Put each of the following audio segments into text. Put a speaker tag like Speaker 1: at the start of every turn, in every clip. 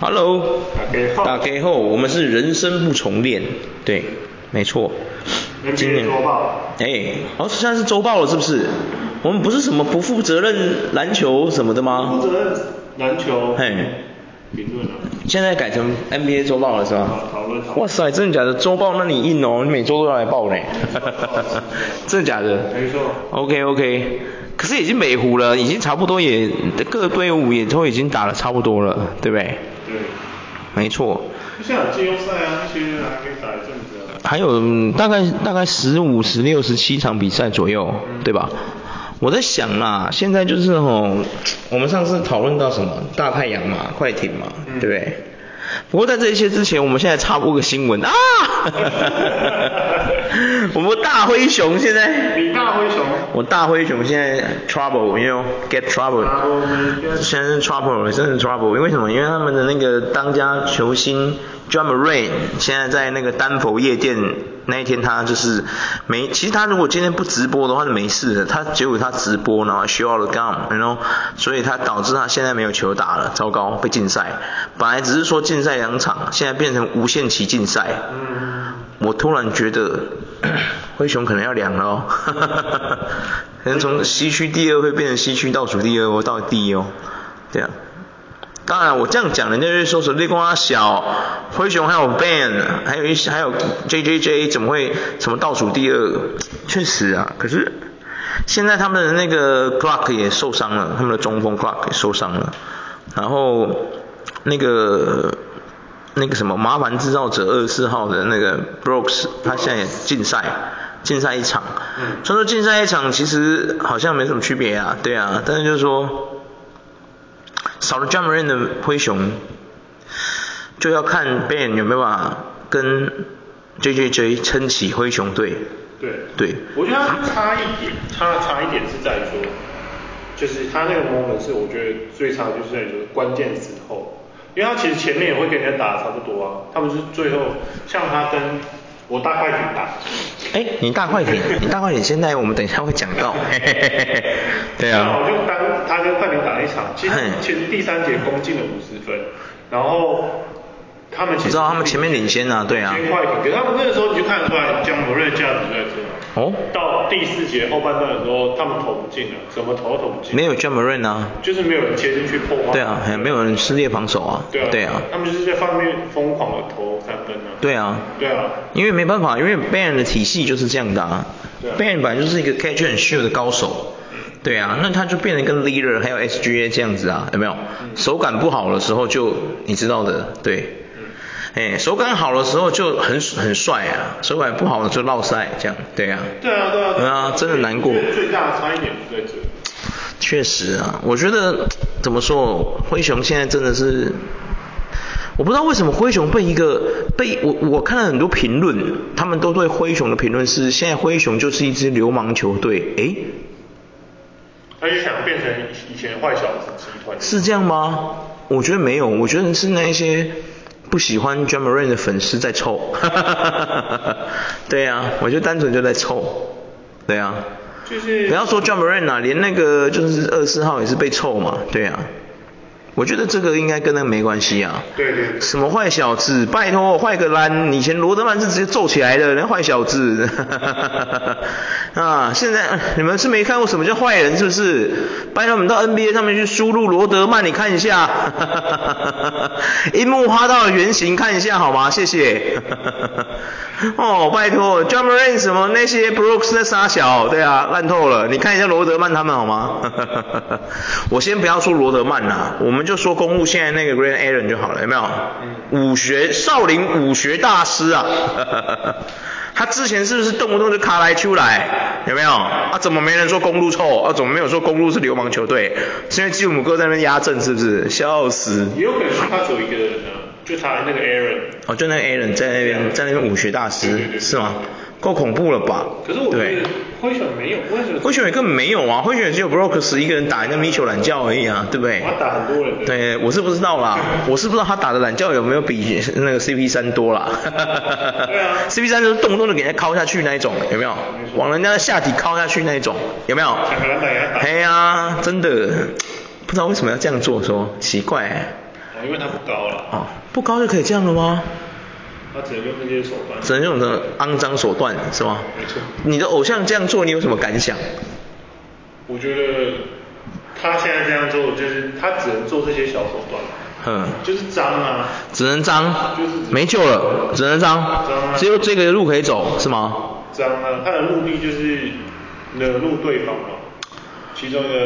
Speaker 1: Hello，
Speaker 2: 大家好
Speaker 1: 打给后，我们是人生不重练，对，没错。
Speaker 2: 人民日周报
Speaker 1: 哎，哦，现在是周报了，是不是？我们不是什么不负责任篮球什么的吗
Speaker 2: 负？责任篮球
Speaker 1: 嘿
Speaker 2: 评论啊，
Speaker 1: 现在改成 NBA 周报了是吧
Speaker 2: 好讨论讨？论
Speaker 1: 哇塞，真的假的？周报那你硬哦，你每周都要来报呢。 真的假的？
Speaker 2: 没错
Speaker 1: OK OK，可是已经美糊了，已经差不多也各队伍也都已经打的差不多了，对不对？
Speaker 2: 对，
Speaker 1: 没错。
Speaker 2: 就像有季后赛啊，那些还可以打一阵子啊。
Speaker 1: 还有嗯大概大概十五、十六、十七场比赛左右，对吧？我在想啦，现在就是吼，我们上次讨论到什么大太阳嘛、快艇嘛，
Speaker 2: 嗯
Speaker 1: 对不对？不过在这些之前，我们现在插播个新闻啊！ 我们大灰熊现在，
Speaker 2: 李大灰熊，
Speaker 1: 我大灰熊现在 trouble，you know get trouble，
Speaker 2: Trouble,
Speaker 1: 现在是 trouble，真的是 trouble，因为什么？因为他们的那个当家球星 d r u m m Ray 现在在那个丹佛夜店那一天，他就是没，其实他如果今天不直播的话是没事的，他结果他直播然后 show out the gun，然后所以他导致他现在没有球打了，糟糕，被禁赛。本来只是说禁赛两场，现在变成无限期禁赛。
Speaker 2: 嗯，
Speaker 1: 我突然觉得 灰熊可能要凉了哦， 可能从西区第二会变成西区倒数第二哦，到第一哦，对啊。当然，我这样讲，人家就会说说绿光小灰熊还有 Ban，还有一些还有 JJJ，怎么会什么倒数第二？确实啊，可是现在他们的那个 Clark 也受伤了，他们的中锋 Clark 也受伤了，然后那个那个什么麻烦制造者二十四号的那个 Brooks，他现在也禁赛，禁赛一场。
Speaker 2: 嗯
Speaker 1: 虽然说禁赛一场其实好像没什么区别啊，对啊，但是就是说少了 j a m a r i n 的灰熊，就要看 Ben 有没有办法跟 JJJ 撑起灰熊队。
Speaker 2: 对
Speaker 1: 对
Speaker 2: 我觉得他差一点，他的差一点是在于说，就是他那个 moment 是我觉得最差的就是在于说关键时候，因为他其实前面也会跟人家打得差不多啊，他们是最后像他跟我大快艇打，
Speaker 1: 哎，你大快点， 你大快点！现在我们等一下会讲到。嘿嘿嘿嘿 对啊。
Speaker 2: 我就当他跟范宁打了一场，其实
Speaker 1: 嘿
Speaker 2: 其实第三节攻进了五十分，然后他们其实
Speaker 1: 我知道他们前面领先啊对啊
Speaker 2: 领先快一点，可是他们那个时候你就看得出来江博瑞价值在这。
Speaker 1: 哦
Speaker 2: 到第四节后半段的时候，他们投不进了，怎么投都投不进。
Speaker 1: 没有 j a m a r i n 啊。
Speaker 2: 就是没有人切进去破坏。
Speaker 1: 对啊，还没有人撕裂防守啊。
Speaker 2: 对啊，
Speaker 1: 对啊。
Speaker 2: 他们就是在上面疯狂的投三分啊。
Speaker 1: 对啊
Speaker 2: 对啊，
Speaker 1: 因为没办法，因为 Ban 的体系就是这样的啊。
Speaker 2: 对啊
Speaker 1: Ban 本来就是一个 catch and shoot 的高手。对啊，那他就变得跟 leader 还有 SGA 这样子啊，有没有？
Speaker 2: 嗯
Speaker 1: 手感不好的时候就你知道的，对。
Speaker 2: 嗯
Speaker 1: 哎，手感好的时候就很很帅啊，手感不好的就落赛这样，对啊。
Speaker 2: 对啊，对啊，
Speaker 1: 对啊，真的难过。
Speaker 2: 我觉得最大的差一点是在这。
Speaker 1: 确实啊，我觉得怎么说，灰熊现在真的是，我不知道为什么灰熊被一个被我我看了很多评论，他们都对灰熊的评论是现在灰熊就是一支流氓球队，诶，
Speaker 2: 他就想变成以前坏小子集团。
Speaker 1: 是这样吗？我觉得没有，我觉得是那一些不喜欢 j a m a r i n 的粉丝在臭， 对啊，我就单纯就在臭，对啊。
Speaker 2: 就是
Speaker 1: 不要说 j a m a r i n 啊，连那个就是二四号也是被臭嘛，对啊。我觉得这个应该跟那个没关系啊。
Speaker 2: 对对对
Speaker 1: 什么坏小子，拜托坏个烂！以前罗德曼是直接揍起来的，人家坏小子。 啊，现在呃你们是没看过什么叫坏人是不是？拜托我们到 NBA 上面去输入罗德曼，你看一下， 樱木花道的原型看一下好吗？谢谢。 哦，拜托 j a m a r a n 什么那些 Brooks 在傻小，对啊，烂透了。你看一下罗德曼他们好吗？ 我先不要说罗德曼啦，我们就说公路现在那个 Grant Allen 就好了，有没有？武学少林武学大师啊， 他之前是不是动不动就卡来出来？有没有？啊，怎么没人说公路臭？啊，怎么没有说公路是流氓球队？是因为基姆哥在那边压阵是不是？笑死！
Speaker 2: 也有可能是他只有一个人啊，就他那个 Aaron。
Speaker 1: 哦，就那个 Allen 在那边在那边武学大
Speaker 2: 对对
Speaker 1: 师
Speaker 2: 对
Speaker 1: 是吗？够恐怖了吧？
Speaker 2: 可是我觉
Speaker 1: 对
Speaker 2: 得。灰熊没有，为什么？
Speaker 1: 灰熊也根本没有啊，灰熊也只有 Brooks 一个人打一个米球懒觉而已啊，对不对？
Speaker 2: 他打很多人的。
Speaker 1: 对，我是不知道啦，我是不知道他打的懒觉有没有比那个 CP 3多啦。对
Speaker 2: 啊
Speaker 1: CP 3就是动不动就给人家敲下去那一种，有没有？往人家的下体敲下去那一种，有没有？
Speaker 2: 抢个篮板给他打
Speaker 1: 哎呀，真的，不知道为什么要这样做，说奇怪、
Speaker 2: 哦因为他不高了，
Speaker 1: 哦，不高就可以这样了吗？
Speaker 2: 他只能用这些手段。
Speaker 1: 只能用这种肮脏手段是吗？
Speaker 2: 没错
Speaker 1: 你的偶像这样做，你有什么感想？
Speaker 2: 我觉得他现在这样做，就是他只能做这些小手段，
Speaker 1: 哼，
Speaker 2: 就是脏啊，
Speaker 1: 嗯只能脏
Speaker 2: 就是只，能
Speaker 1: 没救了，只能脏
Speaker 2: 脏啊，
Speaker 1: 只有这个路可以走是吗？
Speaker 2: 脏啊，他的目的就是惹怒对方嘛。其中的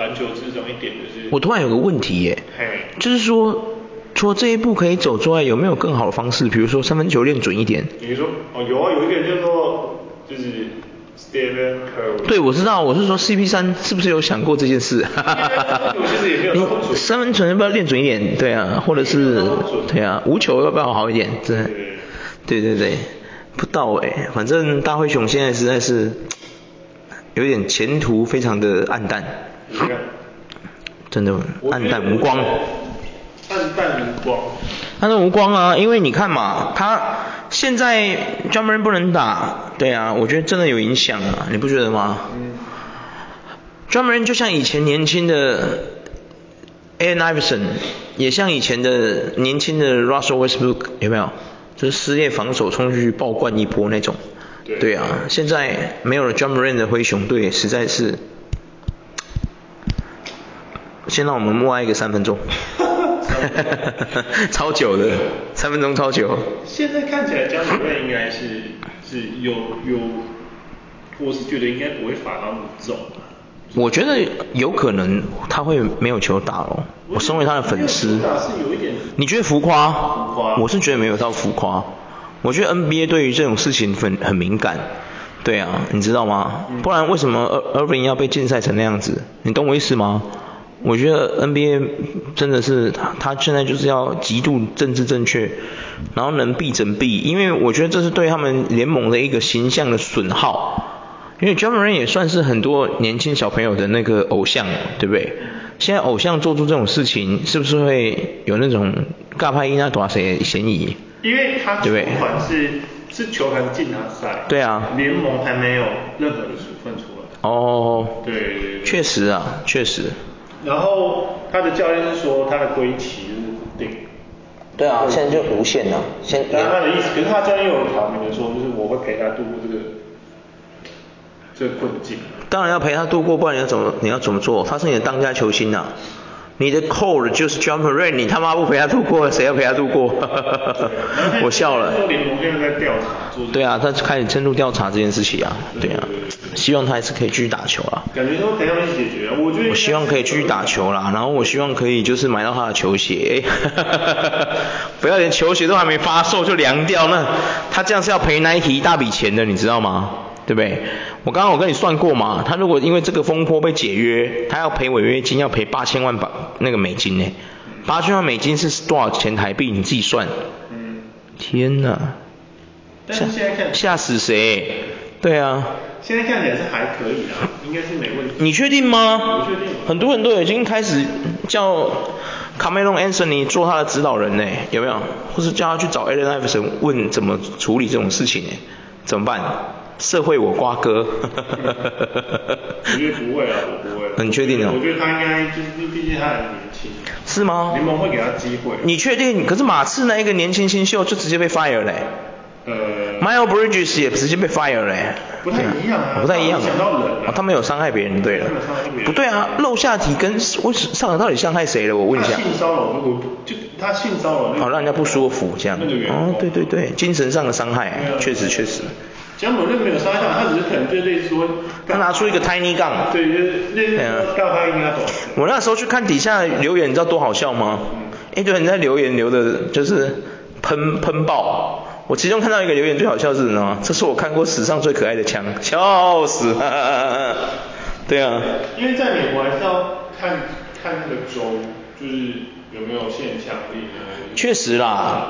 Speaker 2: 篮球之中一点就是，
Speaker 1: 我突然有个问题耶，
Speaker 2: 嘿，
Speaker 1: 就是说，除了这一步可以走之外，有没有更好的方式？比如说三分球练准一点。
Speaker 2: 你说哦有啊，有一个人叫做就是 Stephen Curry，
Speaker 1: 对，我知道，我是说 CP 三是不是有想过这件事？
Speaker 2: 我其实也没有那么准
Speaker 1: 你三分球要不要练准一点？对啊，或者是
Speaker 2: 没有那么准
Speaker 1: 对啊，无球要不要好一点？真的
Speaker 2: 对对，
Speaker 1: 对对对，不到哎，反正大灰熊现在实在是有点前途非常的暗淡，
Speaker 2: 你看，
Speaker 1: 真的
Speaker 2: 我觉
Speaker 1: 暗
Speaker 2: 得
Speaker 1: 淡无光。
Speaker 2: 暗淡无光，
Speaker 1: 他说无光啊，因为你看嘛，他现在专门不能打，对啊，我觉得真的有影响啊，你不觉得吗？
Speaker 2: 嗯，
Speaker 1: 专门就像以前年轻的 a n Iverson，也像以前的年轻的 Russell Westbrook，有没有？就是撕裂防守冲出去爆灌一波那种。
Speaker 2: 对
Speaker 1: 啊，现在没有了 John Moran 的灰熊队，实在是。先让我们默哀一个三分钟，超久的，三分钟超久。
Speaker 2: 现在看起来江主任应该是是有有，我是觉得应该不会罚到五种啊吧。
Speaker 1: 我觉得有可能他会没有球打咯，我身为他的粉丝
Speaker 2: 没有，主打是有一点
Speaker 1: 你觉得浮夸？
Speaker 2: 浮夸
Speaker 1: 我是觉得没有到浮夸。我觉得 NBA 对于这种事情很很敏感，对啊，你知道吗？
Speaker 2: 嗯
Speaker 1: 不然为什么 Ir- Irving 要被禁赛成那样子？你懂我意思吗？我觉得 NBA 真的是他，他现在就是要极度政治正确，然后能避则避，因为我觉得这是对他们联盟的一个形象的损耗。因为 j a m a r a n 也算是很多年轻小朋友的那个偶像，对不对？现在偶像做出这种事情，是不是会有那种尬拍伊那多谁嫌疑？
Speaker 2: 因为他
Speaker 1: 对
Speaker 2: 球
Speaker 1: 不对
Speaker 2: 团是是球团进他赛，
Speaker 1: 对啊
Speaker 2: 联盟还没有任何的处分出来。
Speaker 1: 哦，
Speaker 2: 对对对，
Speaker 1: 确。实啊，确实。
Speaker 2: 然后他的教练是说他的归期是固定，
Speaker 1: 对啊，现在就无限了，现
Speaker 2: 当然他的意思，可是他教练有挑明的说，就是我会陪他度过这个这个困境。
Speaker 1: 当然要陪他度过，不然你要怎么你要怎么做？他是你的当家球星呐、啊你的 core 就是 j a m a r a n 你他妈不陪他度过，谁要陪他度过？ 我笑了。
Speaker 2: 联盟现在在调查做这个
Speaker 1: 对啊，他开始深入调查这件事情啊，对啊，希望他还是可以继续打球啦。
Speaker 2: 感觉都怎样去解决啊？我觉得
Speaker 1: 我希望可以继续打
Speaker 2: 球。
Speaker 1: 球啦，然后我希望可以就是买到他的球鞋，哎 不要连球鞋都还没发售就凉掉，那他这样是要赔 Nike 一大笔钱的，你知道吗？对不对？我刚刚我跟你算过嘛，他如果因为这个风波被解约，他要赔违约金，要赔八千万把那个美金呢，八千万美金是多少钱台币？你自己算。
Speaker 2: 嗯，
Speaker 1: 天哪！
Speaker 2: 但是现在看，
Speaker 1: 吓死谁？对啊，
Speaker 2: 现在看起来是还可以啦，应该是没问题。
Speaker 1: 你确定吗？
Speaker 2: 我确定
Speaker 1: 很多人都已经开始叫 Cameron Anthony 做他的指导人呢，有没有？或是叫他去找 Allen Iverson 问怎么处理这种事情呢？怎么办？社会我瓜哥。
Speaker 2: 我觉得不会啊，我不会啊。
Speaker 1: 很确定哦
Speaker 2: 我觉得他应该就是，毕竟他还很年轻，
Speaker 1: 是吗？
Speaker 2: 联盟会给他机会。
Speaker 1: 你确定？可是马刺那一个年轻新秀就直接被 fire 嘞、
Speaker 2: 呃，
Speaker 1: m i l e Bridges 也直接被 fire 嘞、
Speaker 2: 不太一样啊
Speaker 1: 不太一样、
Speaker 2: 他们想到人啊
Speaker 1: 哦他们有伤害别人，对了
Speaker 2: 他们有伤害别，人
Speaker 1: 不对啊，露下体跟我上海到底伤害谁了？我问一下
Speaker 2: 他。性骚扰如果不就他性骚扰那个，
Speaker 1: 哦好、让人家不舒服这样。
Speaker 2: 那个员工
Speaker 1: 哦，对对对，精神上的伤害
Speaker 2: 对啊，
Speaker 1: 确实确实。
Speaker 2: 江某任没有伤害到他，他只是可能就类似说，
Speaker 1: 他拿出一个 tiny 杠。
Speaker 2: 对，就是类似
Speaker 1: 对啊
Speaker 2: 说告他应该懂。
Speaker 1: 我那时候去看底下留言，你知道多好笑吗？一堆人在留言留的，就是喷喷爆。我其中看到一个留言最好笑是什么？这是我看过史上最可爱的枪，笑死 了。对啊，
Speaker 2: 因为在美国还是要看看那个州，就是有没有现象力的。
Speaker 1: 确实啦。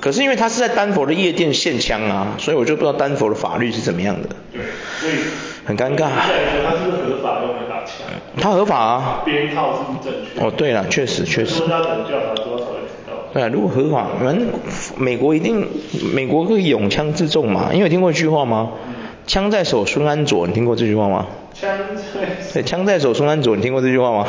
Speaker 1: 可是因为他是在丹佛的夜店献枪啊，所以我就不知道丹佛的法律是怎么样的，
Speaker 2: 对，所以
Speaker 1: 很尴尬。
Speaker 2: 再来说，他是不是合法用来打枪？
Speaker 1: 他合法啊。
Speaker 2: 编号是不是正确？
Speaker 1: 哦，对了，确实确实。
Speaker 2: 说他等调查多少才知道？
Speaker 1: 对啊，如果合法，反正美国一定，美国会永枪自重嘛。因为有听过一句话吗？枪在手，孙安佐，你听过这句话吗？
Speaker 2: 枪在
Speaker 1: 对，枪在手，孙安佐，你听过这句话吗？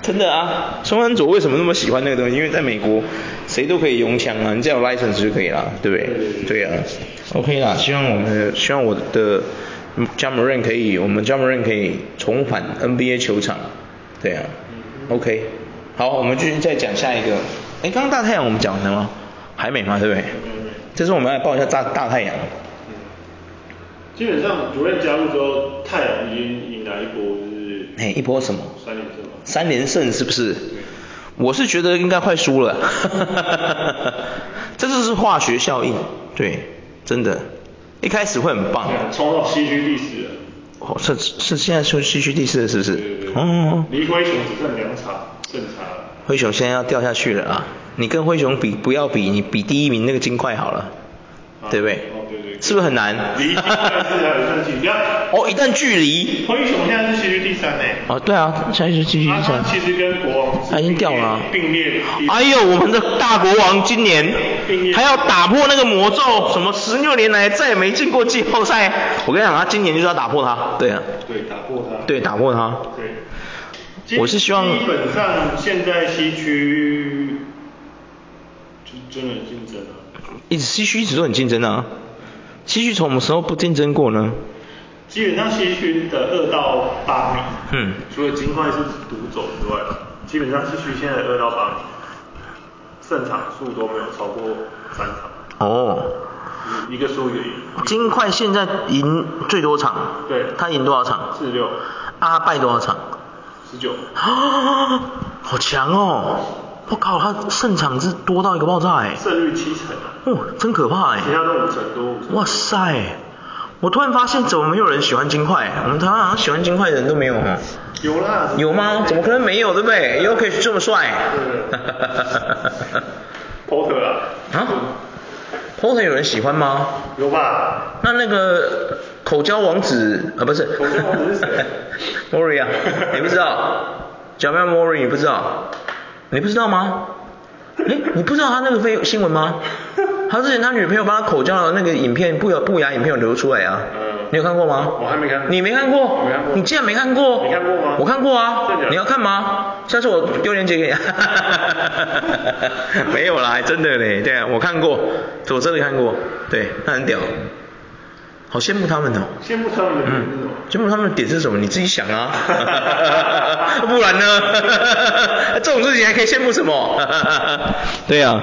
Speaker 1: 这 真的啊，松山佐为什么那么喜欢那个东西？因为在美国谁都可以用枪啊，你只要有 license 就可以啦，对不对？对啊，OK 啦，希望我们的希望我的加盟任可以，我们加盟任可以重返 NBA 球场，对啊，OK，好，我们继续再讲下一个。哎，刚刚大太阳我们讲了吗？还没嘛，对不对？这次我们来报一下大大太阳。
Speaker 2: 基本上主任加入之后，太阳已经迎来一波就是
Speaker 1: 哎，一波什么？
Speaker 2: 三连胜嘛。
Speaker 1: 三连胜是不是？我是觉得应该快输了， 这就是化学效应，对，真的，一开始会很棒，
Speaker 2: 对啊冲到西区第四了。
Speaker 1: 哦，是是现在是西区第四了，是不是？
Speaker 2: 对对对。
Speaker 1: 哦，
Speaker 2: 离灰熊只剩两场，正差了。
Speaker 1: 灰熊现在要掉下去了啊！你跟灰熊比，不要比，你比第一名那个金块好了，
Speaker 2: 啊
Speaker 1: 对不对？
Speaker 2: 哦对对对
Speaker 1: 是不是很难？
Speaker 2: 离金块是还有胜几？要
Speaker 1: 哦，一旦距离，
Speaker 2: 灰熊现在是西区第三呢。
Speaker 1: 哦，对啊，现在是西区
Speaker 2: 他
Speaker 1: 第三
Speaker 2: 他，其实跟国王是
Speaker 1: 他已经掉了啊
Speaker 2: 并列并列第
Speaker 1: 哎呦，我们的大国王今年还要打破那个魔咒，什么十六年来再也没进过季后赛。我跟你讲，他今年就是要打破它，对啊，
Speaker 2: 对打破他。
Speaker 1: 对，打破它。
Speaker 2: 对。基
Speaker 1: 我是希望
Speaker 2: 基本上现在西区就真的很竞争啊。
Speaker 1: 一直西区一直都很竞争啊，西区从什么时候不竞争过呢？
Speaker 2: 基本上西区的二到八名，
Speaker 1: 嗯
Speaker 2: 除了金块是独走之外，基本上西区现在的二到八名，胜场数都没有超过三场，
Speaker 1: 哦，
Speaker 2: 一个输一个赢，
Speaker 1: 金块现在赢最多场，
Speaker 2: 对
Speaker 1: 他赢多少场？
Speaker 2: 四六
Speaker 1: 阿拜多少场？
Speaker 2: 十九，
Speaker 1: 啊，好强哦！我靠，他胜场是多到一个爆炸哎，
Speaker 2: 胜率七成啊，
Speaker 1: 哦，真可怕哎。
Speaker 2: 其他都五成多，五成多
Speaker 1: 哇塞！我突然发现，怎么没有人喜欢金块？我们台湾好像喜欢金块的人都没有啊。
Speaker 2: 有啦，
Speaker 1: 有吗？怎么可能没有？对不对 u k 这么帅。
Speaker 2: 对嗯 Porter 啊，
Speaker 1: 啊？Porter 有人喜欢吗？
Speaker 2: 有吧？
Speaker 1: 那那个口交王子啊，不是？
Speaker 2: 口交王子是谁
Speaker 1: ？Mori 啊，你不知道？小喵 Mori 你不知道？你不知道吗？哎，你不知道他那个非新闻吗？他之前他女朋友帮他口交的那个影片，不雅不雅影片有流出来啊。
Speaker 2: 嗯
Speaker 1: 你有看过吗？
Speaker 2: 我还没看过
Speaker 1: 你没看过？
Speaker 2: 我没看过
Speaker 1: 你竟然没看过？
Speaker 2: 你看过吗
Speaker 1: 我看过啊
Speaker 2: 真的假。的
Speaker 1: 你要看吗？下次我丢链接给你。 没有啦，真的嘞，对啊，我看过，我真的看过，对，那很屌，好羡慕他们哦。
Speaker 2: 羡慕他们的人是什么？
Speaker 1: 羡慕他们的点是什么？你自己想 啊，不然呢？ 这种事情还可以羡慕什 么？对啊，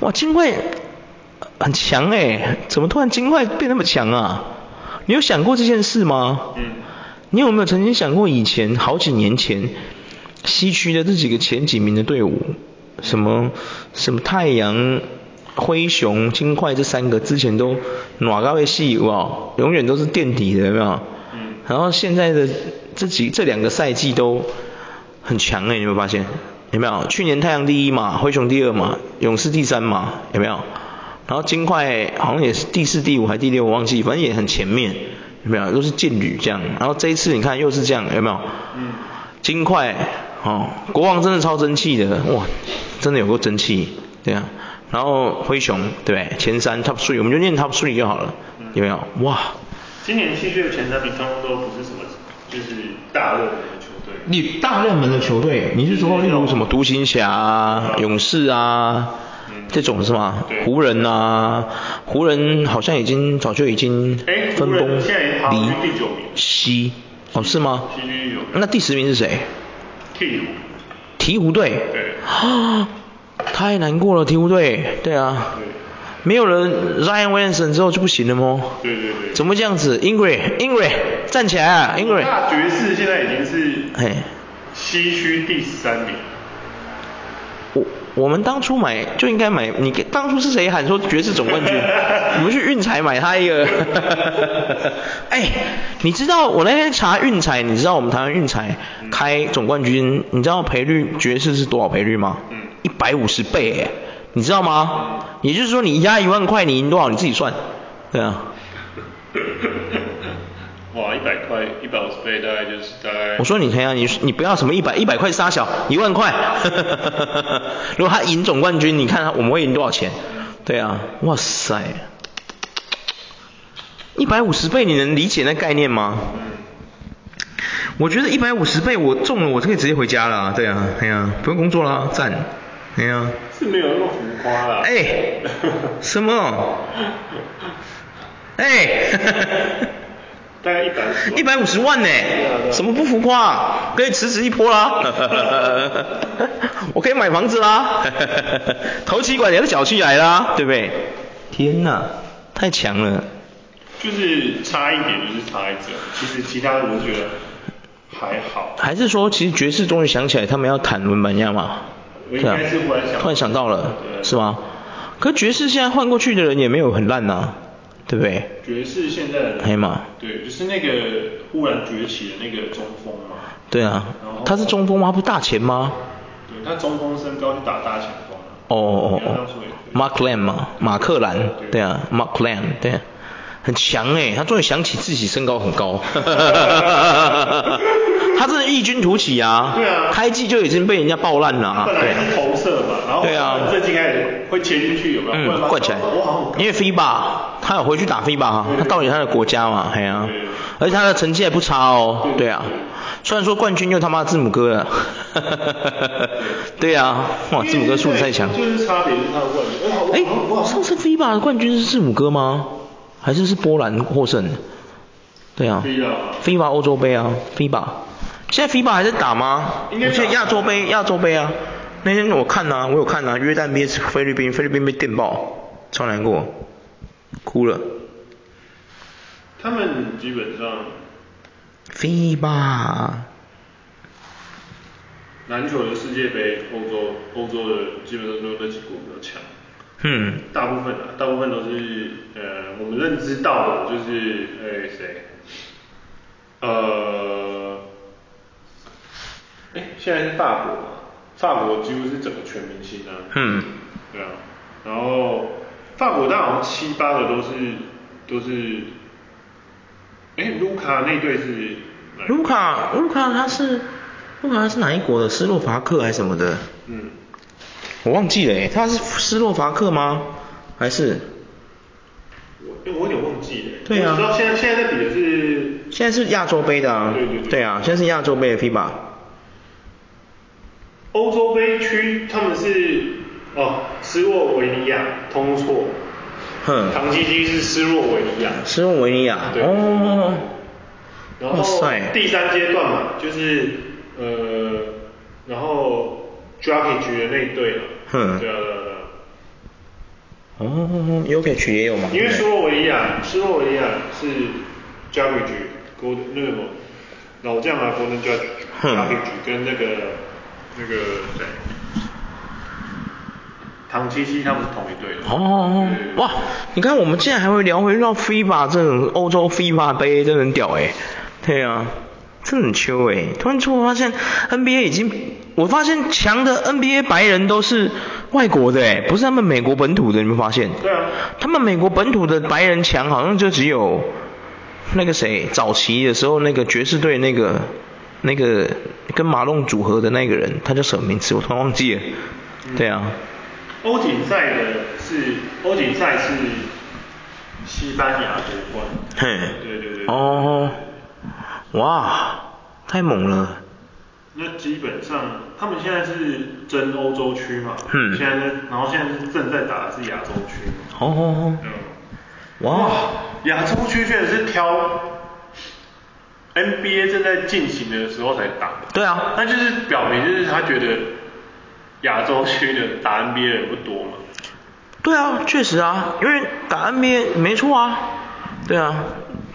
Speaker 1: 哇，金块很强哎、怎么突然金块变那么强啊？你有想过这件事吗？
Speaker 2: 嗯，
Speaker 1: 你有没有曾经想过，以前好几年前，西区的这几个前几名的队伍，什么什么太阳、灰熊、金块这三个，之前都哪个会系哇，永远都是垫底的，有没有？
Speaker 2: 嗯
Speaker 1: 然后现在的这几这两个赛季都很强哎、你有没有发现？有没有？去年太阳第一嘛，灰熊第二嘛，勇士第三嘛，有没有？然后金块好像也是第四、第五还第六，我忘记，反正也很前面，有没有？都是劲旅这样。然后这一次你看又是这样，有没有？
Speaker 2: 嗯
Speaker 1: 金块哦，国王真的超争气的，哇，真的有够争气，对啊。然后灰熊对不对？前三 top three，我们就念 top three 就好了，有没有？哇，
Speaker 2: 今年西区的前三名通通都不是什么，就是大热门的球队。
Speaker 1: 你大热门的球队，你是说例如什么独行侠啊、勇士啊
Speaker 2: 嗯
Speaker 1: 这种是吗
Speaker 2: 对？
Speaker 1: 湖人啊，湖人好像已经早就已经
Speaker 2: 哎
Speaker 1: 分
Speaker 2: 湖人
Speaker 1: 崩
Speaker 2: 现在好像
Speaker 1: 离
Speaker 2: 第九名
Speaker 1: 西，哦是吗？
Speaker 2: 西区有
Speaker 1: 那第十名是谁？
Speaker 2: 鹈鹕，
Speaker 1: 鹈鹕队。
Speaker 2: 对
Speaker 1: 啊， 太难过了，鹈鹕队。对啊。
Speaker 2: 对
Speaker 1: 没有了 Zion Williamson 之后就不行了吗？
Speaker 2: 对对对。
Speaker 1: 怎么这样子？Ingrid，Ingrid，站起来啊，Ingrid。
Speaker 2: 大爵士现在已经是
Speaker 1: 嘿，
Speaker 2: 西区第十三名，
Speaker 1: 我我们当初买就应该买，你给当初是谁喊说爵士总冠军？我们去运彩买他一个。 哎，你知道我那天查运彩，你知道我们台湾运彩开总冠军，你知道赔率爵士是多少赔率吗？
Speaker 2: 嗯
Speaker 1: 一百五十倍哎，你知道吗？也就是说你压一万块，你赢多少你自己算，对啊。
Speaker 2: 哇，一百块，一百五十倍，大概就是大概。
Speaker 1: 我说你看一下，你你不要什么一百一百块杀小，一万块。 如果他赢总冠军，你看他我们会赢多少钱？对啊，哇塞，一百五十倍，你能理解那概念吗？
Speaker 2: 嗯，
Speaker 1: 我觉得一百五十倍我中了，我就可以直接回家了啊。对啊，哎呀、不用工作啦，赞。哎呀、
Speaker 2: 是没有那么浮夸啦。
Speaker 1: 哎、什么？哎、
Speaker 2: 大概一百五，
Speaker 1: 一百五十万呢、
Speaker 2: 对啊
Speaker 1: 什么不浮夸、啊？可以辞职一波啦， 我可以买房子啦， 头期款也是缴起来啦，对不对？天哪，太强了！
Speaker 2: 就是差一点，就是差一折。其实其他的我就觉得还好。
Speaker 1: 还是说，其实爵士终于想起来他们要谈文本亚嘛？
Speaker 2: 我应该是忽然想
Speaker 1: 啊突然想到了，
Speaker 2: 对
Speaker 1: 是吗？可爵士现在换过去的人也没有很烂呐、啊对不对？哎
Speaker 2: 爵士现在的
Speaker 1: 黑马
Speaker 2: 对，就是那个忽然崛起的那个中锋嘛。
Speaker 1: 对啊
Speaker 2: 然后，
Speaker 1: 他是中锋吗？他不是大前吗？
Speaker 2: 对，他中锋身高去打大前锋啊。
Speaker 1: 哦哦
Speaker 2: 你要这
Speaker 1: 哦
Speaker 2: 样说也可以
Speaker 1: ，Mark Lam 嘛，马克兰，
Speaker 2: 对
Speaker 1: 对啊，Mark Lam，对、啊，很强哎，他终于想起自己身高很高， 他真的异军突起啊，
Speaker 2: 对啊
Speaker 1: 开季就已经被人家爆烂了啊，
Speaker 2: 本
Speaker 1: 对
Speaker 2: 来
Speaker 1: 啊。
Speaker 2: 是投射嘛，然后
Speaker 1: 对啊
Speaker 2: 最近开始会切进去有没有？
Speaker 1: 嗯，灌起来
Speaker 2: 我好像很，高
Speaker 1: 因为 FIBA 他有回去打 FIBA 啊，他到底他的国家嘛，哎呀、啊
Speaker 2: 对对对，
Speaker 1: 而且他的成绩还不差哦，
Speaker 2: 对
Speaker 1: 对啊，虽然说冠军又他妈字母哥了， 对啊，哇，字母哥数字太强，
Speaker 2: 就是差别是他的问题。我好，
Speaker 1: 哎
Speaker 2: 我，好
Speaker 1: 上次 FIBA 的冠军是字母哥吗？还是是波兰获胜？对啊
Speaker 2: 对啊
Speaker 1: ，FIBA 欧洲杯啊，FIBA，现在 FIBA 还在打吗？
Speaker 2: 应该
Speaker 1: 我
Speaker 2: 打
Speaker 1: 记得亚洲杯，亚洲杯啊，那天我看啊呐、我有看呐、约旦杯菲律宾，菲律宾被电爆，超难过，哭了。
Speaker 2: 他们基本上
Speaker 1: FIBA，
Speaker 2: 篮球的世界杯，欧洲欧洲的基本上都那几国比较强，
Speaker 1: 嗯，
Speaker 2: 大部分啊，大部分都是呃我们认知到的，就是呃谁，呃，哎现在是法国嘛，法国几乎是整个全明星啊，
Speaker 1: 嗯，
Speaker 2: 对啊，然后法国大概好像七八个都是都是，哎卢卡那队是哪一队
Speaker 1: 卢卡，卢卡他是，卢卡他是哪一国的？斯洛伐克还是什么的？
Speaker 2: 嗯，
Speaker 1: 我忘记了诶，他是斯洛伐克吗？还是？
Speaker 2: 我因为我有点忘记了，
Speaker 1: 对啊
Speaker 2: 我只知道现在现在在比的是
Speaker 1: 现在是亚洲杯的啊，
Speaker 2: 对对对
Speaker 1: 啊，现在是亚洲杯的 FIBA，
Speaker 2: 欧洲杯区，他们是哦斯洛维尼亚通错，
Speaker 1: 哼，
Speaker 2: 唐基基是斯洛维尼亚，
Speaker 1: 斯洛维尼亚，
Speaker 2: 对
Speaker 1: 哦，
Speaker 2: 然
Speaker 1: 哇
Speaker 2: 后
Speaker 1: 塞
Speaker 2: 第三阶段嘛就是呃然后 j a k i c 的那一队嘛，
Speaker 1: 嗯
Speaker 2: 对啊对啊对啊。
Speaker 1: 哦 y o k i c 也有嘛，
Speaker 2: 因为
Speaker 1: 对
Speaker 2: 斯洛维尼亚，斯洛维尼亚是 j a v i c 国那个什么老将啊，国能 j a v i
Speaker 1: 哼
Speaker 2: j 跟那个那个谁，唐七七他们是同一队的。
Speaker 1: 哦
Speaker 2: 对，
Speaker 1: 哇，你看我们竟然还会聊回到 FIBA 这种欧洲 FIBA 杯，真的很屌哎、对啊，真的很秋哎、突然之后发现 NBA 已经，我发现强的 NBA 白人都是外国的哎、不是他们美国本土的，你们发现？
Speaker 2: 对啊
Speaker 1: 他们美国本土的白人强，好像就只有那个谁，早期的时候那个爵士队那个那个跟马龙组合的那个人，他叫什么名字？我突然忘记了。
Speaker 2: 嗯
Speaker 1: 对啊，
Speaker 2: 欧锦赛的是欧锦赛是西班牙夺冠。
Speaker 1: 嘿，
Speaker 2: 对对对。
Speaker 1: 哦，哇，太猛了，
Speaker 2: 那基本上，他们现在是争欧洲区嘛，
Speaker 1: 嗯
Speaker 2: 现在在，然后现在是正在打的是亚洲区嘛，
Speaker 1: 哦，
Speaker 2: 嗯，
Speaker 1: 哇，哦
Speaker 2: 亚洲区确实是挑 NBA 正在进行的时候才打，
Speaker 1: 对啊，
Speaker 2: 那就是表明就是他觉得亚洲区的打 NBA 的人不多嘛。
Speaker 1: 哦对啊，确实啊，因为打 NBA 没错啊，对啊，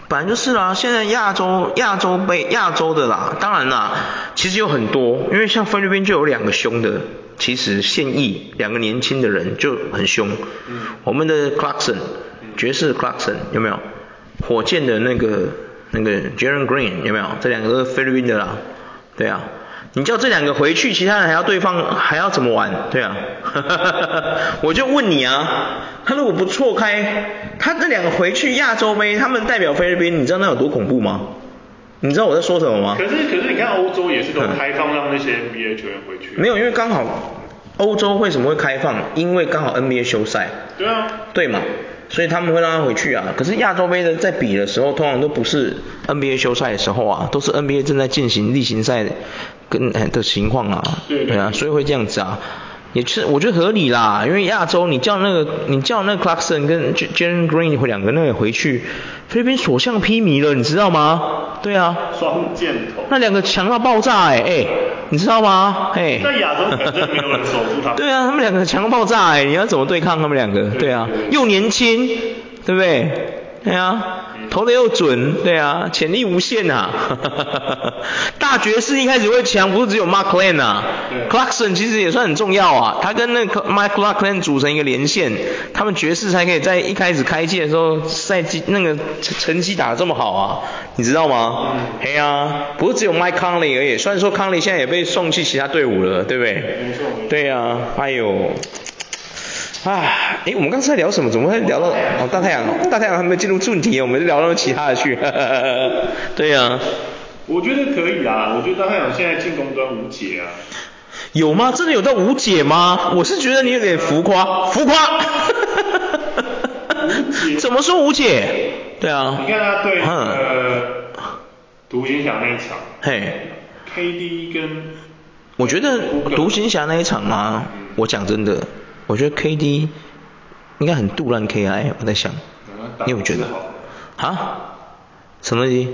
Speaker 1: 本来就是啦、现在亚洲亚洲杯亚洲的啦，当然啦，其实有很多，因为像菲律宾就有两个凶的，其实现役两个年轻的人就很凶，
Speaker 2: 嗯
Speaker 1: 我们的 Clarkson 爵士 Clarkson 有没有？火箭的那个那个 Jaren Green 有没有？这两个都是菲律宾的啦，对啊。你叫这两个回去，其他人还要对方还要怎么玩？对啊， 我就问你啊，他如果不错开，他这两个回去亚洲杯，他们代表菲律宾，你知道那有多恐怖吗？你知道我在说什么吗？
Speaker 2: 可是可是你看欧洲也是都开放让那些 NBA 球员回去，
Speaker 1: 嗯
Speaker 2: 啊
Speaker 1: 没有，因为刚好欧洲为什么会开放？因为刚好 NBA 休赛，
Speaker 2: 对啊，
Speaker 1: 对嘛？所以他们会让他回去啊。可是亚洲杯的在比的时候，通常都不是 NBA 休赛的时候啊，都是 NBA 正在进行例行赛跟呃的情况啊，
Speaker 2: 对
Speaker 1: 对啊，所以会这样子啊。也是，我觉得合理啦，因为亚洲你叫那个你叫那个 Clarkson 跟 J- Jalen Green 回两个那个回去，菲律宾所向披靡了，你知道吗？对啊，
Speaker 2: 双箭头。
Speaker 1: 那两个强到爆炸哎、哎、你知道吗？哎、
Speaker 2: 在亚洲反正没有人守住他
Speaker 1: 对啊，他们两个强到爆炸哎、你要怎么对抗他们两个？对啊，又年轻，对不对？对啊，投的又准，对啊，潜力无限啊！ 大爵士一开始会强，不是只有 Mark Lane 啊
Speaker 2: 对
Speaker 1: ，Clarkson 其实也算很重要啊，他跟那个 Mike Clarkson 组成一个连线，他们爵士才可以在一开始开季的时候赛季那个成成绩打得这么好啊，你知道吗？嘿啊，不是只有 Mike Conley 而已，虽然说 Conley 现在也被送去其他队伍了，对不对？
Speaker 2: 没错没错
Speaker 1: 对啊，哎呦。啊，哎，我们刚才在聊什么？怎么会聊到哦大太阳？大太阳还没有进入正题，我们就聊到其他的去。 对啊，
Speaker 2: 我觉得可以啦，我觉得大太阳现在进攻端无解啊。
Speaker 1: 有吗？真的有到无解吗？我是觉得你有点浮夸，浮夸。怎么说无解？对啊。
Speaker 2: 你看他对
Speaker 1: 嗯，
Speaker 2: 呃独行侠那一场
Speaker 1: 嘿，
Speaker 2: ，KD 跟
Speaker 1: 我觉得独行侠那一场啊，
Speaker 2: 嗯
Speaker 1: 我讲真的，我觉得 KD 应该很杜烂 KI，我在想，
Speaker 2: 呃
Speaker 1: 你有没有觉得？啊？什么东西？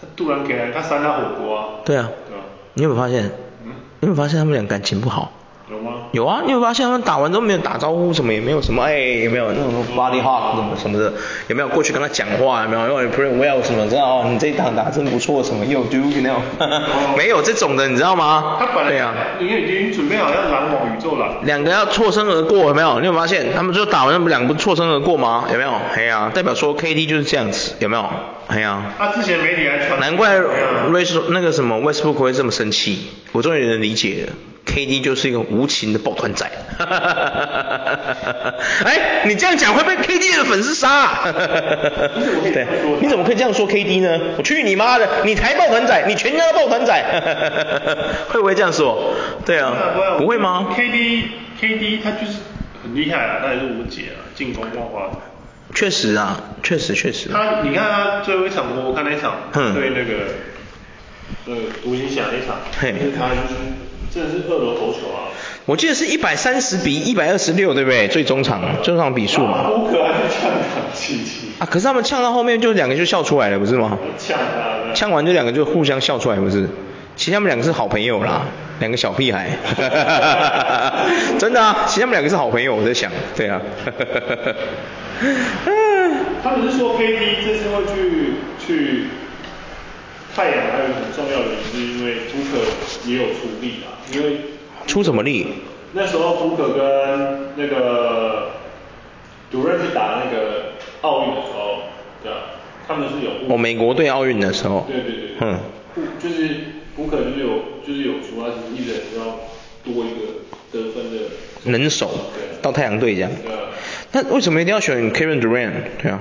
Speaker 2: 他突然给他三他火锅啊，
Speaker 1: 对啊，
Speaker 2: 对吧？
Speaker 1: 你有没有发现？
Speaker 2: 嗯，
Speaker 1: 你有没有发现他们俩感情不好？
Speaker 2: 有吗？
Speaker 1: 有啊，你有没有发现他们打完都没有打招呼，什么也没有什么，哎，有没有那种 body hug 什么什么的，有没有过去跟他讲话，有没有哎用 play well 什么，知道哦你这一档打得真不错，什么 you do you know，没 有这种的，你知道吗？
Speaker 2: 他本来
Speaker 1: 对啊，
Speaker 2: 因为已经准备好要拦网宇宙了，
Speaker 1: 两个要错身而过，有没有？你有没有发现他们就打完，他们两个不错身而过吗？有没有？哎呀、代表说 KD 就是这样子，有没有？哎呀、
Speaker 2: 他之前媒体还传，
Speaker 1: 难怪
Speaker 2: 没有啊
Speaker 1: r a c 那个什么 Westbrook 会这么生气，我终于能理解了。KD 就是一个无情的抱团仔。 哎，你这样讲会被 KD 的粉丝杀、啊。对，你怎么可以这样说 KD 呢？我去你妈的！你才抱团仔，你全家都抱团仔。 会不会这样说？对啊，不会吗？
Speaker 2: ？KD KD 他就是很厉害啊，他也是无解啊，进攻万花筒。
Speaker 1: 确实啊，确实确实。
Speaker 2: 他你看他最后一场，我看那一场
Speaker 1: 嗯
Speaker 2: 对那个那个独行侠那一场，
Speaker 1: 嘿
Speaker 2: 就是他就是真的是二楼头球啊，
Speaker 1: 我记得是一百三十比一百二十六，对不对？最终场最终场比数嘛。
Speaker 2: 乌克兰呛他气气，
Speaker 1: 啊，可是他们呛到后面就两个就笑出来了，不是吗？
Speaker 2: 呛他的。
Speaker 1: 呛完就两个就互相笑出来，不是？其实他们两个是好朋友
Speaker 2: 嗯
Speaker 1: 啦，两个小 屁孩，真的啊，其实他们两个是好朋友，我在想，对啊。
Speaker 2: 他们是说 KD 这次会去去太阳，还有很重要的原因是因为福克也有出力啊，因为
Speaker 1: 出什么力？
Speaker 2: 那时候福克跟那个杜瑞去打那个奥运的时候，对啊，他们是有互
Speaker 1: 哦，美国队奥运的时候。
Speaker 2: 对对对，
Speaker 1: 嗯，
Speaker 2: 互就是福克就是有就是有说他是一人要多一个得分的，
Speaker 1: 能手
Speaker 2: 对
Speaker 1: 到太阳队这样。
Speaker 2: 对啊，
Speaker 1: 那为什么一定要选 Kevin Durant？对啊，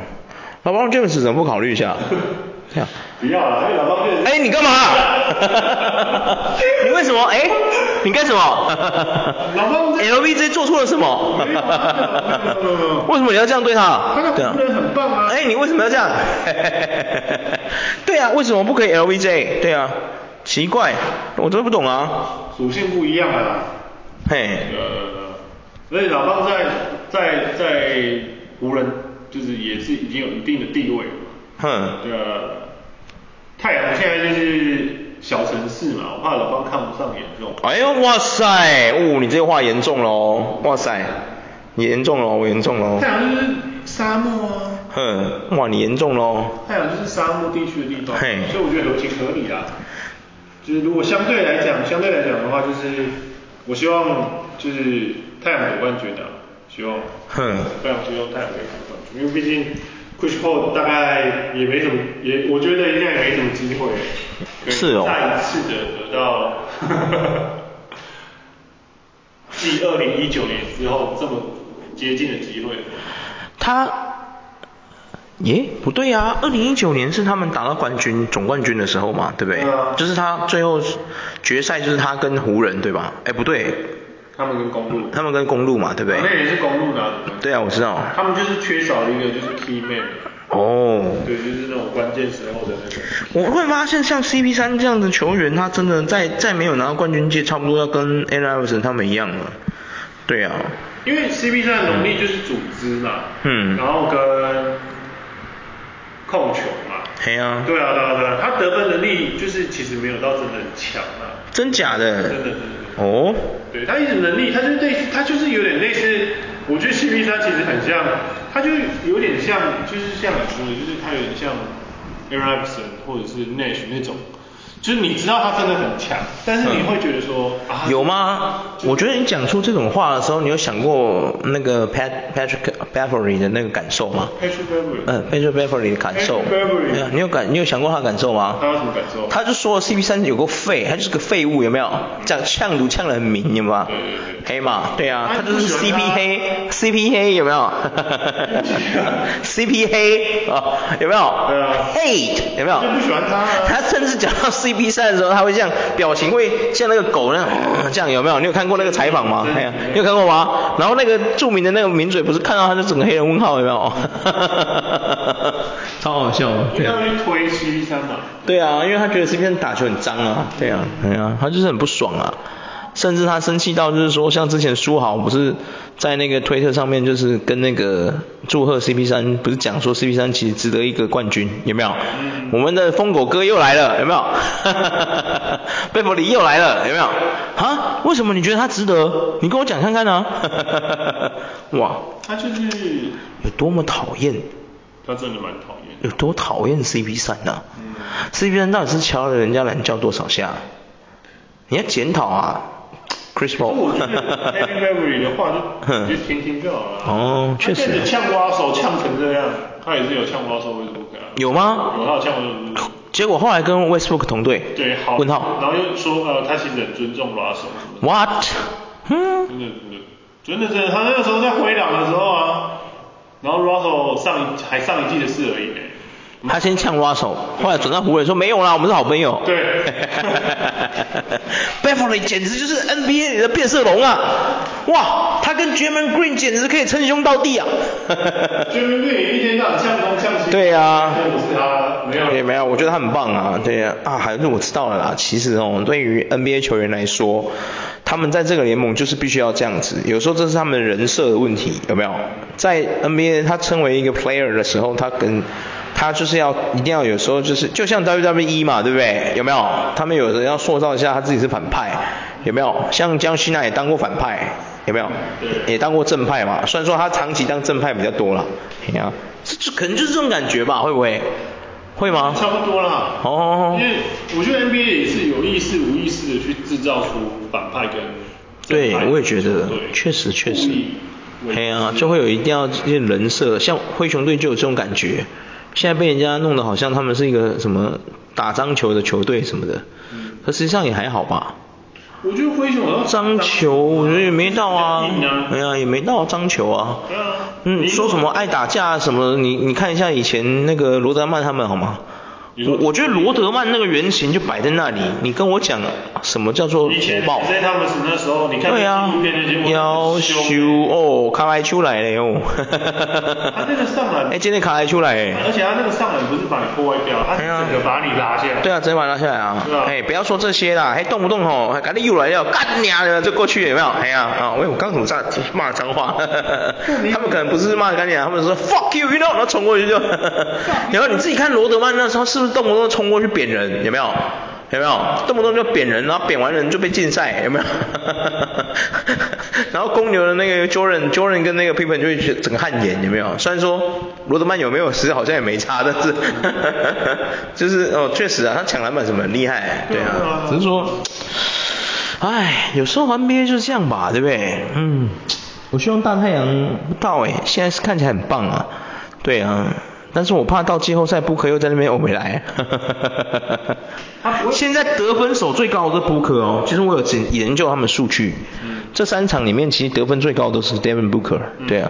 Speaker 1: 老帮 James 怎么不考虑一下？对啊。
Speaker 2: 不要啦，因为老方队
Speaker 1: 哎，你 干嘛？你为什么？哎，你干什么
Speaker 2: 老 方队
Speaker 1: ？LVJ 做错了什么
Speaker 2: 没有啊没有没有没有没有？
Speaker 1: 为什么你要这样对
Speaker 2: 他
Speaker 1: 他？
Speaker 2: 的
Speaker 1: 对啊
Speaker 2: 湖。人很棒啊，
Speaker 1: 哎，你为什么要这样？ 对啊，为什么不可以 LVJ？对啊，奇怪，我都不懂啊。
Speaker 2: 属性不一样啊。
Speaker 1: 嘿，
Speaker 2: 呃，所以老棒在在在湖人就是也是已经有一定的地位了嘛。
Speaker 1: 哼，
Speaker 2: 对啊，太阳现在就是小城市嘛，我怕老棒看不上眼这种。
Speaker 1: 哎呦，哇塞，哦，你这话严重喽，哇塞，你严重喽，我严重喽
Speaker 2: 太，阳就是沙漠啊，
Speaker 1: 哼，哇，你严重哦喽，
Speaker 2: 太阳就是沙漠地区的地方，所
Speaker 1: 嘿
Speaker 2: 以我觉得合情合理啦。就是如果相对来讲，相对来讲的话，就是我希望就是太阳夺冠军的、希望。
Speaker 1: 哼，
Speaker 2: 非常希望太阳可以拿冠军，因为毕竟 Chris Paul 大概也没什么，也我觉得应该也没什么机会，可以
Speaker 1: 是哦
Speaker 2: 再一次的得到 继二零一九年之后这么接近的机会。
Speaker 1: 他。耶，不对啊！二零一九年是他们打到冠军总冠军的时候嘛，对不对？
Speaker 2: 对啊
Speaker 1: 就是他最后决赛就是他跟湖人对吧？哎，不对，
Speaker 2: 他们跟公路，
Speaker 1: 他们跟公路嘛，对不对？
Speaker 2: 那也是公路拿的。
Speaker 1: 对啊，我知道。
Speaker 2: 他们就是缺少了一个就是 key man，
Speaker 1: 哦，
Speaker 2: 对，就是那种关键时候的那个。
Speaker 1: 我会发现像 CP 三这样的球员，他真的在在没有拿到冠军界，差不多要跟 a l e x o n 他们一样了。对啊，
Speaker 2: 因为 CP 三的能力就是组织嘛，
Speaker 1: 嗯
Speaker 2: 然后跟控球嘛，
Speaker 1: 嘿啊，
Speaker 2: 对啊，对啊，对啊，他得分能力就是其实没有到真的很强啊，
Speaker 1: 真假的？
Speaker 2: 真的真的真的
Speaker 1: 哦，
Speaker 2: 对他一直能力，他就类似，他就是有点类似，我觉得 CP 三其实很像，他就有点像，就是像你说的，就是他有点像 a r o n s o n 或者是 Nash 那种，就是你知道他真的很强，但是你会觉得说、啊，
Speaker 1: 嗯有吗？我觉得你讲出这种话的时候，你有想过那个 Pat Patrick Beverly 的那个感受吗？
Speaker 2: Patrick Beverly，
Speaker 1: 嗯、p a t r i c k Beverly 的感受
Speaker 2: Patrick Beverly
Speaker 1: 对啊你有感，你有想过他的感受吗？
Speaker 2: 他有什么感受？
Speaker 1: 他就说 CP 三有个废，他就是个废物，有没有？这样呛毒呛得很明，有没有
Speaker 2: 对对？对
Speaker 1: 黑嘛，对啊，
Speaker 2: 嗯他
Speaker 1: 他就
Speaker 2: 不
Speaker 1: 是
Speaker 2: 喜欢
Speaker 1: CP
Speaker 2: 他
Speaker 1: 黑，CP 黑有没 有？CP 黑啊，有没有？
Speaker 2: 对啊
Speaker 1: Hate 有没有？
Speaker 2: 就不喜欢他啊
Speaker 1: 他甚至讲到 CP 三的时候，他会这样，表情会像那个狗那样，哦这样有没有？你有看过那个采访吗？
Speaker 2: 对
Speaker 1: 哎呀
Speaker 2: 对
Speaker 1: 你有看过吗？然后那个著名的那个名嘴不是看到他就整个黑人问号有没有？ 超好笑，
Speaker 2: 因为他们去推 CP 三嘛，
Speaker 1: 对啊，因为他觉得 CP 三打球很脏啊，对啊，对啊，他就是很不爽啊，甚至他生气到就是说，像之前书豪不是在那个推特上面就是跟那个祝贺 CP 三，不是讲说 CP 三其实值得一个冠军，有没有？我们的疯狗哥又来了，有没 有？贝弗里又来了，有没有？啊？为什么你觉得他值得？你跟我讲看看啊！ 哇，
Speaker 2: 他就是
Speaker 1: 有多么讨厌，
Speaker 2: 他真的蛮讨厌的
Speaker 1: 有。多讨厌 CP 三啊？
Speaker 2: 嗯
Speaker 1: CP 三到底是敲了人家懒觉多少下？你要检讨啊，Chris
Speaker 2: 那我
Speaker 1: Paul
Speaker 2: 觉。 得 Happy Memory 的话 就你就听听就好了。
Speaker 1: 嗯哦确实
Speaker 2: 他跟着呛瓜手呛成这样，他也是有呛瓜手为什么给他？
Speaker 1: 有吗
Speaker 2: 有他有呛瓜手。
Speaker 1: 结果后来跟 Westbrook 同队。
Speaker 2: 对，好。
Speaker 1: 问号。
Speaker 2: 然后又说呃，他其实很尊重拉手什么的。
Speaker 1: What？嗯。
Speaker 2: 真的真的真的真的，他那个时候在回档的时候啊，然后 Russell 上一还上一季的事而已呢。
Speaker 1: 他先呛 Russell，后来转到湖人说没有啦，我们是好朋友。
Speaker 2: 对
Speaker 1: Beverly 简直就是 NBA 里的变色龙啊！哇，他跟 j a m a n Green 简直可以称兄道弟啊！
Speaker 2: 全明队也一天到晚呛东呛西。
Speaker 1: 对啊
Speaker 2: 那不是他，没有
Speaker 1: 也没有，我觉得他很棒啊，对啊，啊，还是我知道了啦。其实哦，对于 NBA 球员来说，他们在这个联盟就是必须要这样子。有时候这是他们的人设的问题，有没有？在 NBA 他称为一个 player 的时候，他跟他就是要一定要有时候就是就像 WWE 嘛，对不对？有没有？他们有人要塑造一下他自己是反派，有没有？像江西娜也当过反派，有没有？
Speaker 2: 对
Speaker 1: 也当过正派嘛，虽然说他长期当正派比较多啦，哎呀、这这可能就是这种感觉吧，会不会？会吗？
Speaker 2: 差不多啦。
Speaker 1: 哦
Speaker 2: 因为我觉得 NBA 也是有意识、无意识的去制造出反派跟
Speaker 1: 对
Speaker 2: 正派，
Speaker 1: 我也觉得
Speaker 2: 对，
Speaker 1: 确实确实
Speaker 2: 故意，为之
Speaker 1: 哎呀，就会有一定要这些人设，像灰熊队就有这种感觉，现在被人家弄得好像他们是一个什么打脏球的球队什么的，可实际上也还好吧。
Speaker 2: 我觉得灰熊好像
Speaker 1: 脏球我觉得也没到啊
Speaker 2: 硬，
Speaker 1: 哎呀也没到脏球啊
Speaker 2: 嗯对啊。
Speaker 1: 嗯，说什么爱打架啊什么的，你你看一下以前那个罗德曼他们好吗？
Speaker 2: 你
Speaker 1: 我
Speaker 2: 说
Speaker 1: 我觉得罗德曼那个原型就摆在那里，你跟我讲什么叫做火
Speaker 2: 以前
Speaker 1: 爆？
Speaker 2: 在他们那时候，你看
Speaker 1: 对啊
Speaker 2: 纪录片那些，我，
Speaker 1: 要
Speaker 2: 很
Speaker 1: 修
Speaker 2: 凶
Speaker 1: 哦，卡莱出来了 哦。
Speaker 2: 他那个上篮
Speaker 1: 哎，今天卡莱出来哎。
Speaker 2: 而且他那个上篮不是把你破坏掉，他是
Speaker 1: 哎呀
Speaker 2: 整个把你拉下来。
Speaker 1: 对啊，直接把它拿下来啊
Speaker 2: 对啊！
Speaker 1: 哎、不要说这些啦，还动不动吼，还赶紧又来要干娘的就过去有没有？哎呀啊，喂，我刚怎么在骂脏话？他们可能不是骂干啊娘，他们说 fuck you，you know，然后冲过去就， 然后你自己看罗德曼那时候是不是动不动冲过去扁人？有没有？有没有动不动就扁人，然后扁完人就被禁赛，有没有？ 然后公牛的那个 Jordan Jordan 跟那个 Pippen 就会觉得整个汗颜，有没有？虽然说罗德曼有没有实好像也没差，但是 就是哦，确实啊，他抢篮板什么很厉害，对
Speaker 2: 对啊
Speaker 1: 啊，只是说，唉，有时候 NBA 就是这样吧，对不对？嗯，我希望大太阳不到哎、现在是看起来很棒啊，对啊。但是我怕到季后赛，布克又在那边欧美来。
Speaker 2: 他不会啊嗯
Speaker 1: 现在得分手最高的布克哦，其实我有研研究他们数据，这三场里面，其实得分最高都是 Devin Booker，、对啊，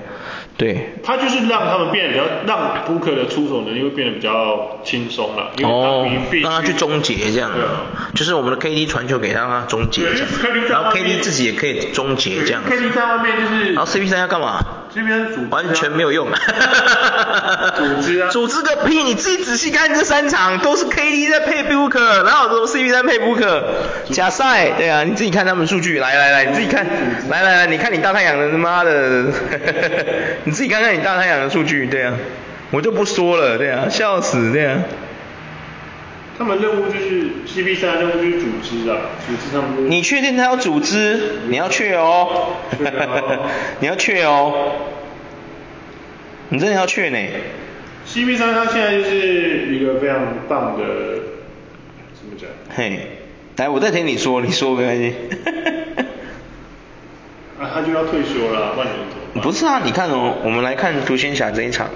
Speaker 1: 对，
Speaker 2: 他就是让他们变得比较，让 Booker 的出手能力会变得比较轻松了，因为
Speaker 1: 哦
Speaker 2: 他明，必须
Speaker 1: 让他去终结这样
Speaker 2: 对啊，
Speaker 1: 就是我们的 KD 传球给他，让他终结
Speaker 2: 对
Speaker 1: 这
Speaker 2: 因
Speaker 1: 样，
Speaker 2: 为 KD 在
Speaker 1: 然后
Speaker 2: 外面
Speaker 1: KD 自己也可以终结这样，
Speaker 2: k d 在外面就是
Speaker 1: 然后 CP 三要干嘛？
Speaker 2: 这边组织啊
Speaker 1: 啊完全没有用，
Speaker 2: 组织啊
Speaker 1: 组织个屁！你自己仔细看这三场都是 KD 在配 Booker，然后都是 CP 在配 Booker，假赛对啊，你自己看他们数据，来来来，你自己看，来来来，你看你大太阳的他妈的， 你自己看看你大太阳的数据，对啊，我就不说了，对啊，笑死，对啊。
Speaker 2: 他们任务就是 CP 三任务就是组织啊，组织他们就是
Speaker 1: 你确定他要组织？你要去哦
Speaker 2: 去哦，
Speaker 1: 你要去哦，你真的要去呢？
Speaker 2: CP 三他现在就是一个非常棒的，怎么讲？
Speaker 1: 嘿，来，我再听你 说，你说没关系。
Speaker 2: 啊，他就要退休了，万能怎么办？
Speaker 1: 不是啊，你看哦，我们来看独行侠这一场。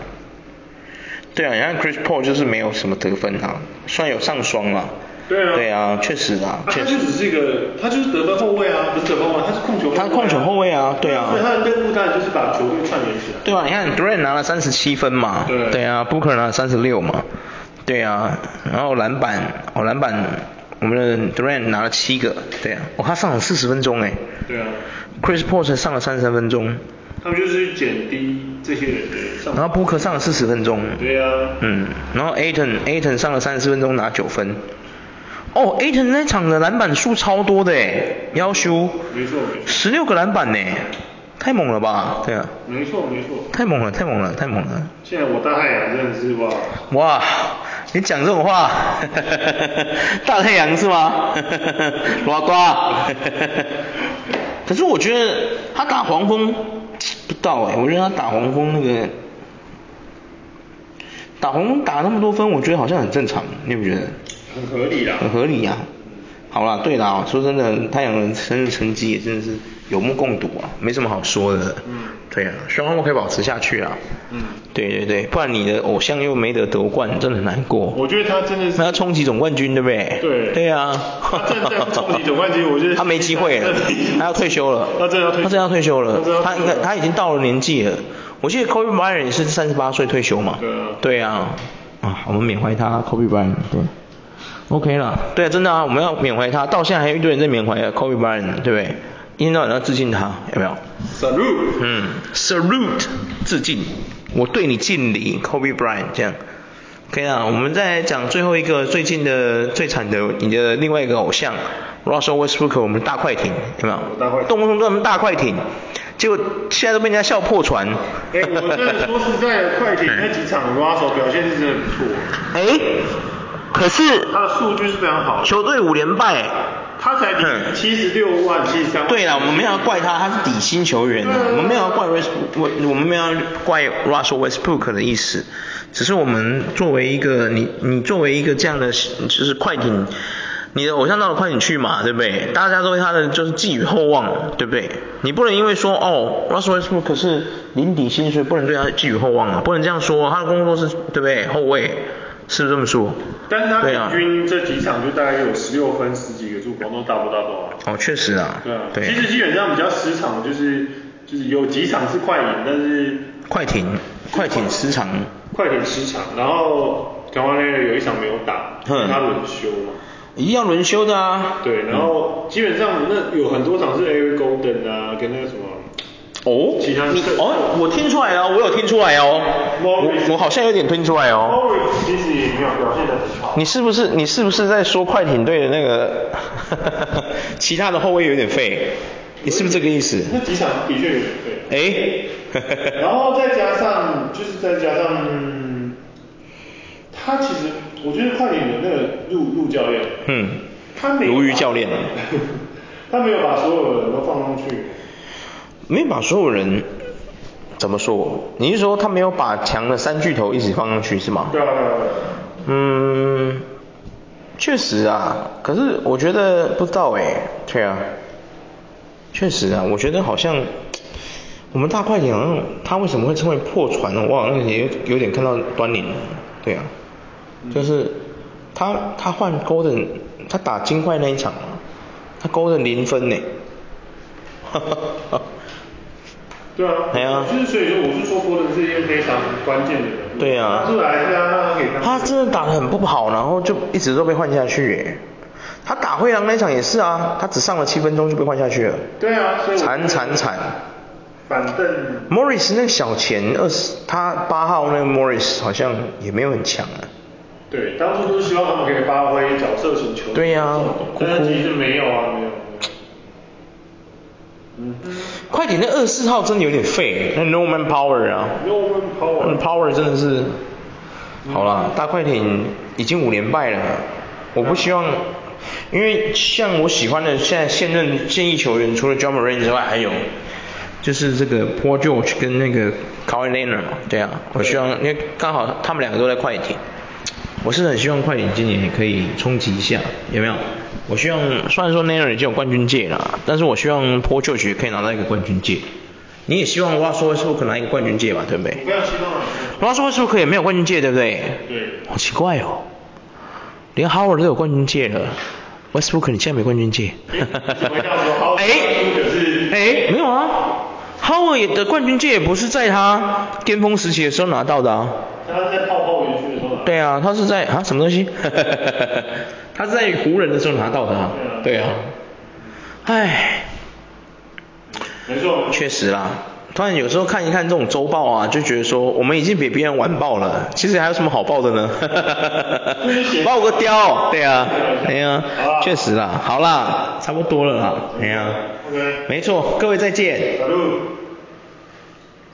Speaker 1: 对啊，你看 Chris Paul 就是没有什么得分啊，虽然有上双啊。
Speaker 2: 对啊
Speaker 1: 对啊，确实啊，
Speaker 2: 啊，他
Speaker 1: 确
Speaker 2: 就
Speaker 1: 实。
Speaker 2: 只是一个，他就是得分后卫啊，不是得分后卫，他是控球后卫啊、
Speaker 1: 他是控球后卫啊对啊
Speaker 2: 所以他的任务当然就是把球队串联起来。
Speaker 1: 对啊，你看 Durant 拿了三十七分嘛，
Speaker 2: 对
Speaker 1: 啊，Booker 拿了三十六嘛，对啊，然后篮板，哦，篮板，我们的 Durant 拿了七个，对啊，哦，他上了四十分钟哎
Speaker 2: 对啊，
Speaker 1: ，Chris Paul 才上了三十三分钟，
Speaker 2: 他们就是减低这些人的上。
Speaker 1: 然后 Booker 上了四十分钟，
Speaker 2: 对啊，
Speaker 1: 嗯，然后 Aton Aton 上了三十四分钟拿九分，哦，Aton 那场的篮板数超多的哎，要修，
Speaker 2: 没错没错
Speaker 1: 十六个篮板呢，太猛了吧，对啊，
Speaker 2: 没错没错。
Speaker 1: 太猛了，太猛了，太猛了。
Speaker 2: 现在我大太阳真的是哇，
Speaker 1: 哇，你讲这种话， 大太阳是吗？老瓜。可是我觉得他打黄蜂不到哎、我觉得他打黄蜂那个打黄蜂打那么多分，我觉得好像很正常，你不觉得？
Speaker 2: 很合理啦。
Speaker 1: 很合理啊。好啦，对啦，说真的，太阳人真的成绩也真的是有目共睹啊，没什么好说的。
Speaker 2: 嗯
Speaker 1: 对啊，希望他们可以保持下去啊。
Speaker 2: 嗯
Speaker 1: 对对对，不然你的偶像又没得夺冠，真的很难过。
Speaker 2: 我觉得他真的是
Speaker 1: 那他冲击总冠军，对不对？
Speaker 2: 对
Speaker 1: 对啊。
Speaker 2: 他真的在冲击总冠军我觉 得
Speaker 1: 他没机会 了，他要退休了。
Speaker 2: 他真的要退休
Speaker 1: 他真的要退休了
Speaker 2: 他真的。要退
Speaker 1: 他
Speaker 2: 休
Speaker 1: 应该他已经到了年纪了。我记得 Kobe Bryant 也是三十八岁退休嘛。
Speaker 2: 对啊
Speaker 1: 对啊。啊，我们缅怀他，Kobe Bryant。对。OK 啦，对啊，真的啊，我们要缅怀他，到现在还有一堆人在缅怀 Kobe Bryant，对不对？一天到晚要致敬他，有没有？
Speaker 2: salute。
Speaker 1: 嗯，salute 致敬，我对你敬礼，Kobe Bryant 这样。可以啊，我们再来讲最后一个最近的最惨的你的另外一个偶像 Russell Westbrook，我们大快艇有没有？
Speaker 2: 大快艇
Speaker 1: 动不动都我们大快艇，结果现在都被人家笑破船。
Speaker 2: 哎、我真的 说实在的，快艇那几场 Russell 表现是真的不错，
Speaker 1: 哎，可是
Speaker 2: 他的数据是非常好的，
Speaker 1: 球队五连败，
Speaker 2: 他才
Speaker 1: 嗯
Speaker 2: 领七十六万七十三。
Speaker 1: 对了，我们没有要怪他，他是底薪球员啊，我们没有要怪 West，我我们没有要怪 Russell Westbrook 的意思，只是我们作为一个你你作为一个这样的就是快艇，你的偶像到了快艇去嘛，对不对？大家都对他的就是寄予厚望，对不对？你不能因为说哦，Russell Westbrook 是零底薪，所以不能对他寄予厚望啊，不能这样说，他的工作是对不对？后卫是不是这么说？
Speaker 2: 但是他
Speaker 1: 对啊
Speaker 2: 平均这几场就大概有十六分、十几个助攻，都 double double 啊。
Speaker 1: 哦，确实啊，
Speaker 2: 对啊，
Speaker 1: 对
Speaker 2: 其实基本上比较十场就是就是有几场是快赢，但是
Speaker 1: 快艇快艇时常。
Speaker 2: 快艇十场，然后 t a w a n 有一场没有打，因
Speaker 1: 嗯
Speaker 2: 为他轮休嘛。
Speaker 1: 一样轮休的啊。
Speaker 2: 对，然后基本上那有很多场是 Eric Golden 啊，跟那个什么
Speaker 1: 哦，
Speaker 2: 其他
Speaker 1: 你
Speaker 2: 是
Speaker 1: 哦，我听出来了，我有听出来哦，
Speaker 2: Morris
Speaker 1: 我我好像有点听出来
Speaker 2: m
Speaker 1: 哦。
Speaker 2: o r i s 其实也没有表现的很好。
Speaker 1: 你是不是你是不是在说快艇队的那个 其他的后卫有点废？你是不是这个意思？
Speaker 2: 那几场的确有点对，
Speaker 1: 哎，
Speaker 2: 然后再加上就是再加上、嗯他其实我觉得快艇的那个陆陆教练，
Speaker 1: 嗯，
Speaker 2: 他没有
Speaker 1: 鲈鱼
Speaker 2: 把
Speaker 1: 教练
Speaker 2: 他没有把所有人都放上去。
Speaker 1: 没有把所有人怎么说？你是说他没有把强的三巨头一起放上去是吗？
Speaker 2: 对啊，对啊对啊
Speaker 1: 嗯，确实啊，可是我觉得不知道哎、对啊，确实啊，我觉得好像我们大快艇好像它为什么会称为破船呢？我好像也有有点看到端倪了，对啊，就是他他换欸 Golden，他打金块那一场，他 Golden 零分呢、
Speaker 2: 对啊，
Speaker 1: 哎呀
Speaker 2: 就是所以说，我是说波顿是一个非常关键的人物。
Speaker 1: 对啊
Speaker 2: 他出来，大家让他给他。
Speaker 1: 他真的打得很不好，然后就一直都被换下去耶。他打灰狼那一场也是啊，他只上了七分钟就被换下去了，
Speaker 2: 对啊，所以我
Speaker 1: 惨惨惨。
Speaker 2: 反正
Speaker 1: Morris 那个小前二十，他八号那个 Morris 好像也没有很强啊。
Speaker 2: 对，当初都是希望他们可以发挥角色型球员
Speaker 1: 对呀
Speaker 2: 这种但是其实没有啊，没有。没有嗯，
Speaker 1: 快点，那二十四号真的有点废，那 Norman Power 啊
Speaker 2: 因为我们跑
Speaker 1: ，Norman
Speaker 2: 完
Speaker 1: Power 真的是，嗯好啦，大快艇已经五连败了，我不希望，因为像我喜欢的现在现任现役球员，除了 John m o r a n 之外，还有就是这个 Paul George 跟那个 k a w h i Leonard 嘛，对啊，我希望，因为刚好他们两个都在快艇，我是很希望快艇今年也可以冲击一下，有没有？我希望虽然说 n a n e r 已经有冠军戒了，但是我希望 p o j o 也可以拿到一个冠军戒。你也希望我说是不可拿一个冠军戒吧，对不对？
Speaker 2: 不要激动啊！
Speaker 1: 我说是不可也没有冠军戒，对不对？
Speaker 2: 对
Speaker 1: 好奇怪哦，连 Howard 都有冠军戒了，Westbrook 你现在没冠军戒？
Speaker 2: 怎么样说 Howard 可是
Speaker 1: 哎，没有啊，Howard 也的冠军戒也不是在他巅峰时期的时候拿到的啊。
Speaker 2: 他在泡泡园区的时候拿，
Speaker 1: 对啊，他是在啊什么东 西？他是在湖人的时候拿到的啊。
Speaker 2: 对
Speaker 1: 对
Speaker 2: 啊
Speaker 1: 啊。哎唉，
Speaker 2: 没错，
Speaker 1: 确实啦。突然有时候看一看这种周报啊，就觉得说我们已经比别人晚报了，其实还有什么好报的呢？报个雕，对啊，哎呀、
Speaker 2: 好啦
Speaker 1: 确实啦，好啦，差不多了啦，哎呀、
Speaker 2: OK
Speaker 1: 没错，各位再见。
Speaker 2: 小鹿。